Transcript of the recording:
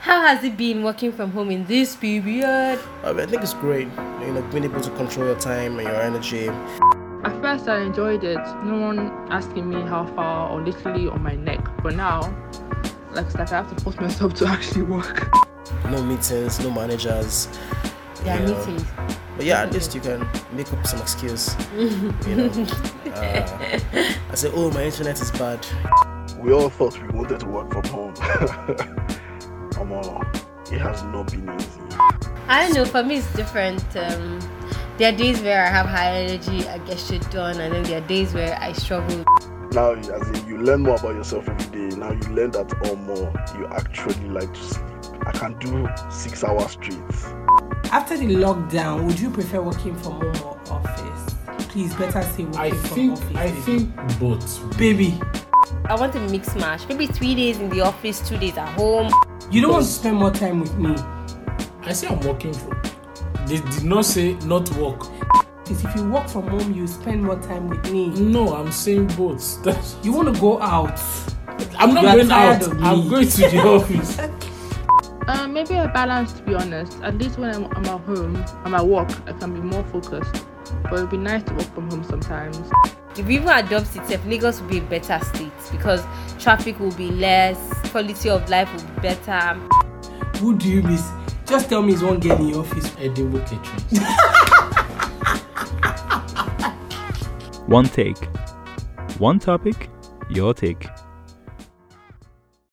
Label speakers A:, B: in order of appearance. A: How has it been working from home in this period?
B: I, mean, I think it's great, you know, being able to control your time and your energy.
C: At first, I enjoyed it. No one asking me how far or literally on my neck. But now, like, it's like I have to force myself to actually work.
B: No meetings, no managers.
A: There are
B: you know.
A: meetings.
B: But yeah, at least you can make up some excuse. You know, uh, I say, oh, my internet is bad.
D: we all thought we wanted to work from home. Come on, it has not been easy.
A: I don't know, for me it's different. Um, there are days where I have high energy, I get shit done, and then there are days where I struggle.
D: Now, as in, you learn more about yourself every day. Now you learn that or more, you actually like to sleep. I can do six hours straight.
E: After the lockdown, would you prefer working from home or office? Please better say working
F: I
E: from
F: think
E: office.
F: I think both.
E: baby,
A: I want a mix mash, maybe three days in the office, two days at home.
E: you don't want to spend more time with me.
F: I say I'm working from. They did not say not work.
E: Because if you work from home, you spend more time with me.
F: No, I'm saying both. That's-
E: You want to go out.
F: I'm not
E: You are
F: going
E: tired
F: out.
E: of
F: I'm
E: me.
F: going to the office.
C: Uh, maybe a balance, to be honest. At least when I'm, I'm at home, I'm at work, I can be more focused. But it'd be nice to work from home sometimes.
A: If we even adopt itself, Lagos will be a better state because traffic will be less, quality of life will be better.
E: Who do you miss? Just tell me it's one girl in your office.
F: Edinburgh Catering.
G: One take. One topic, your take.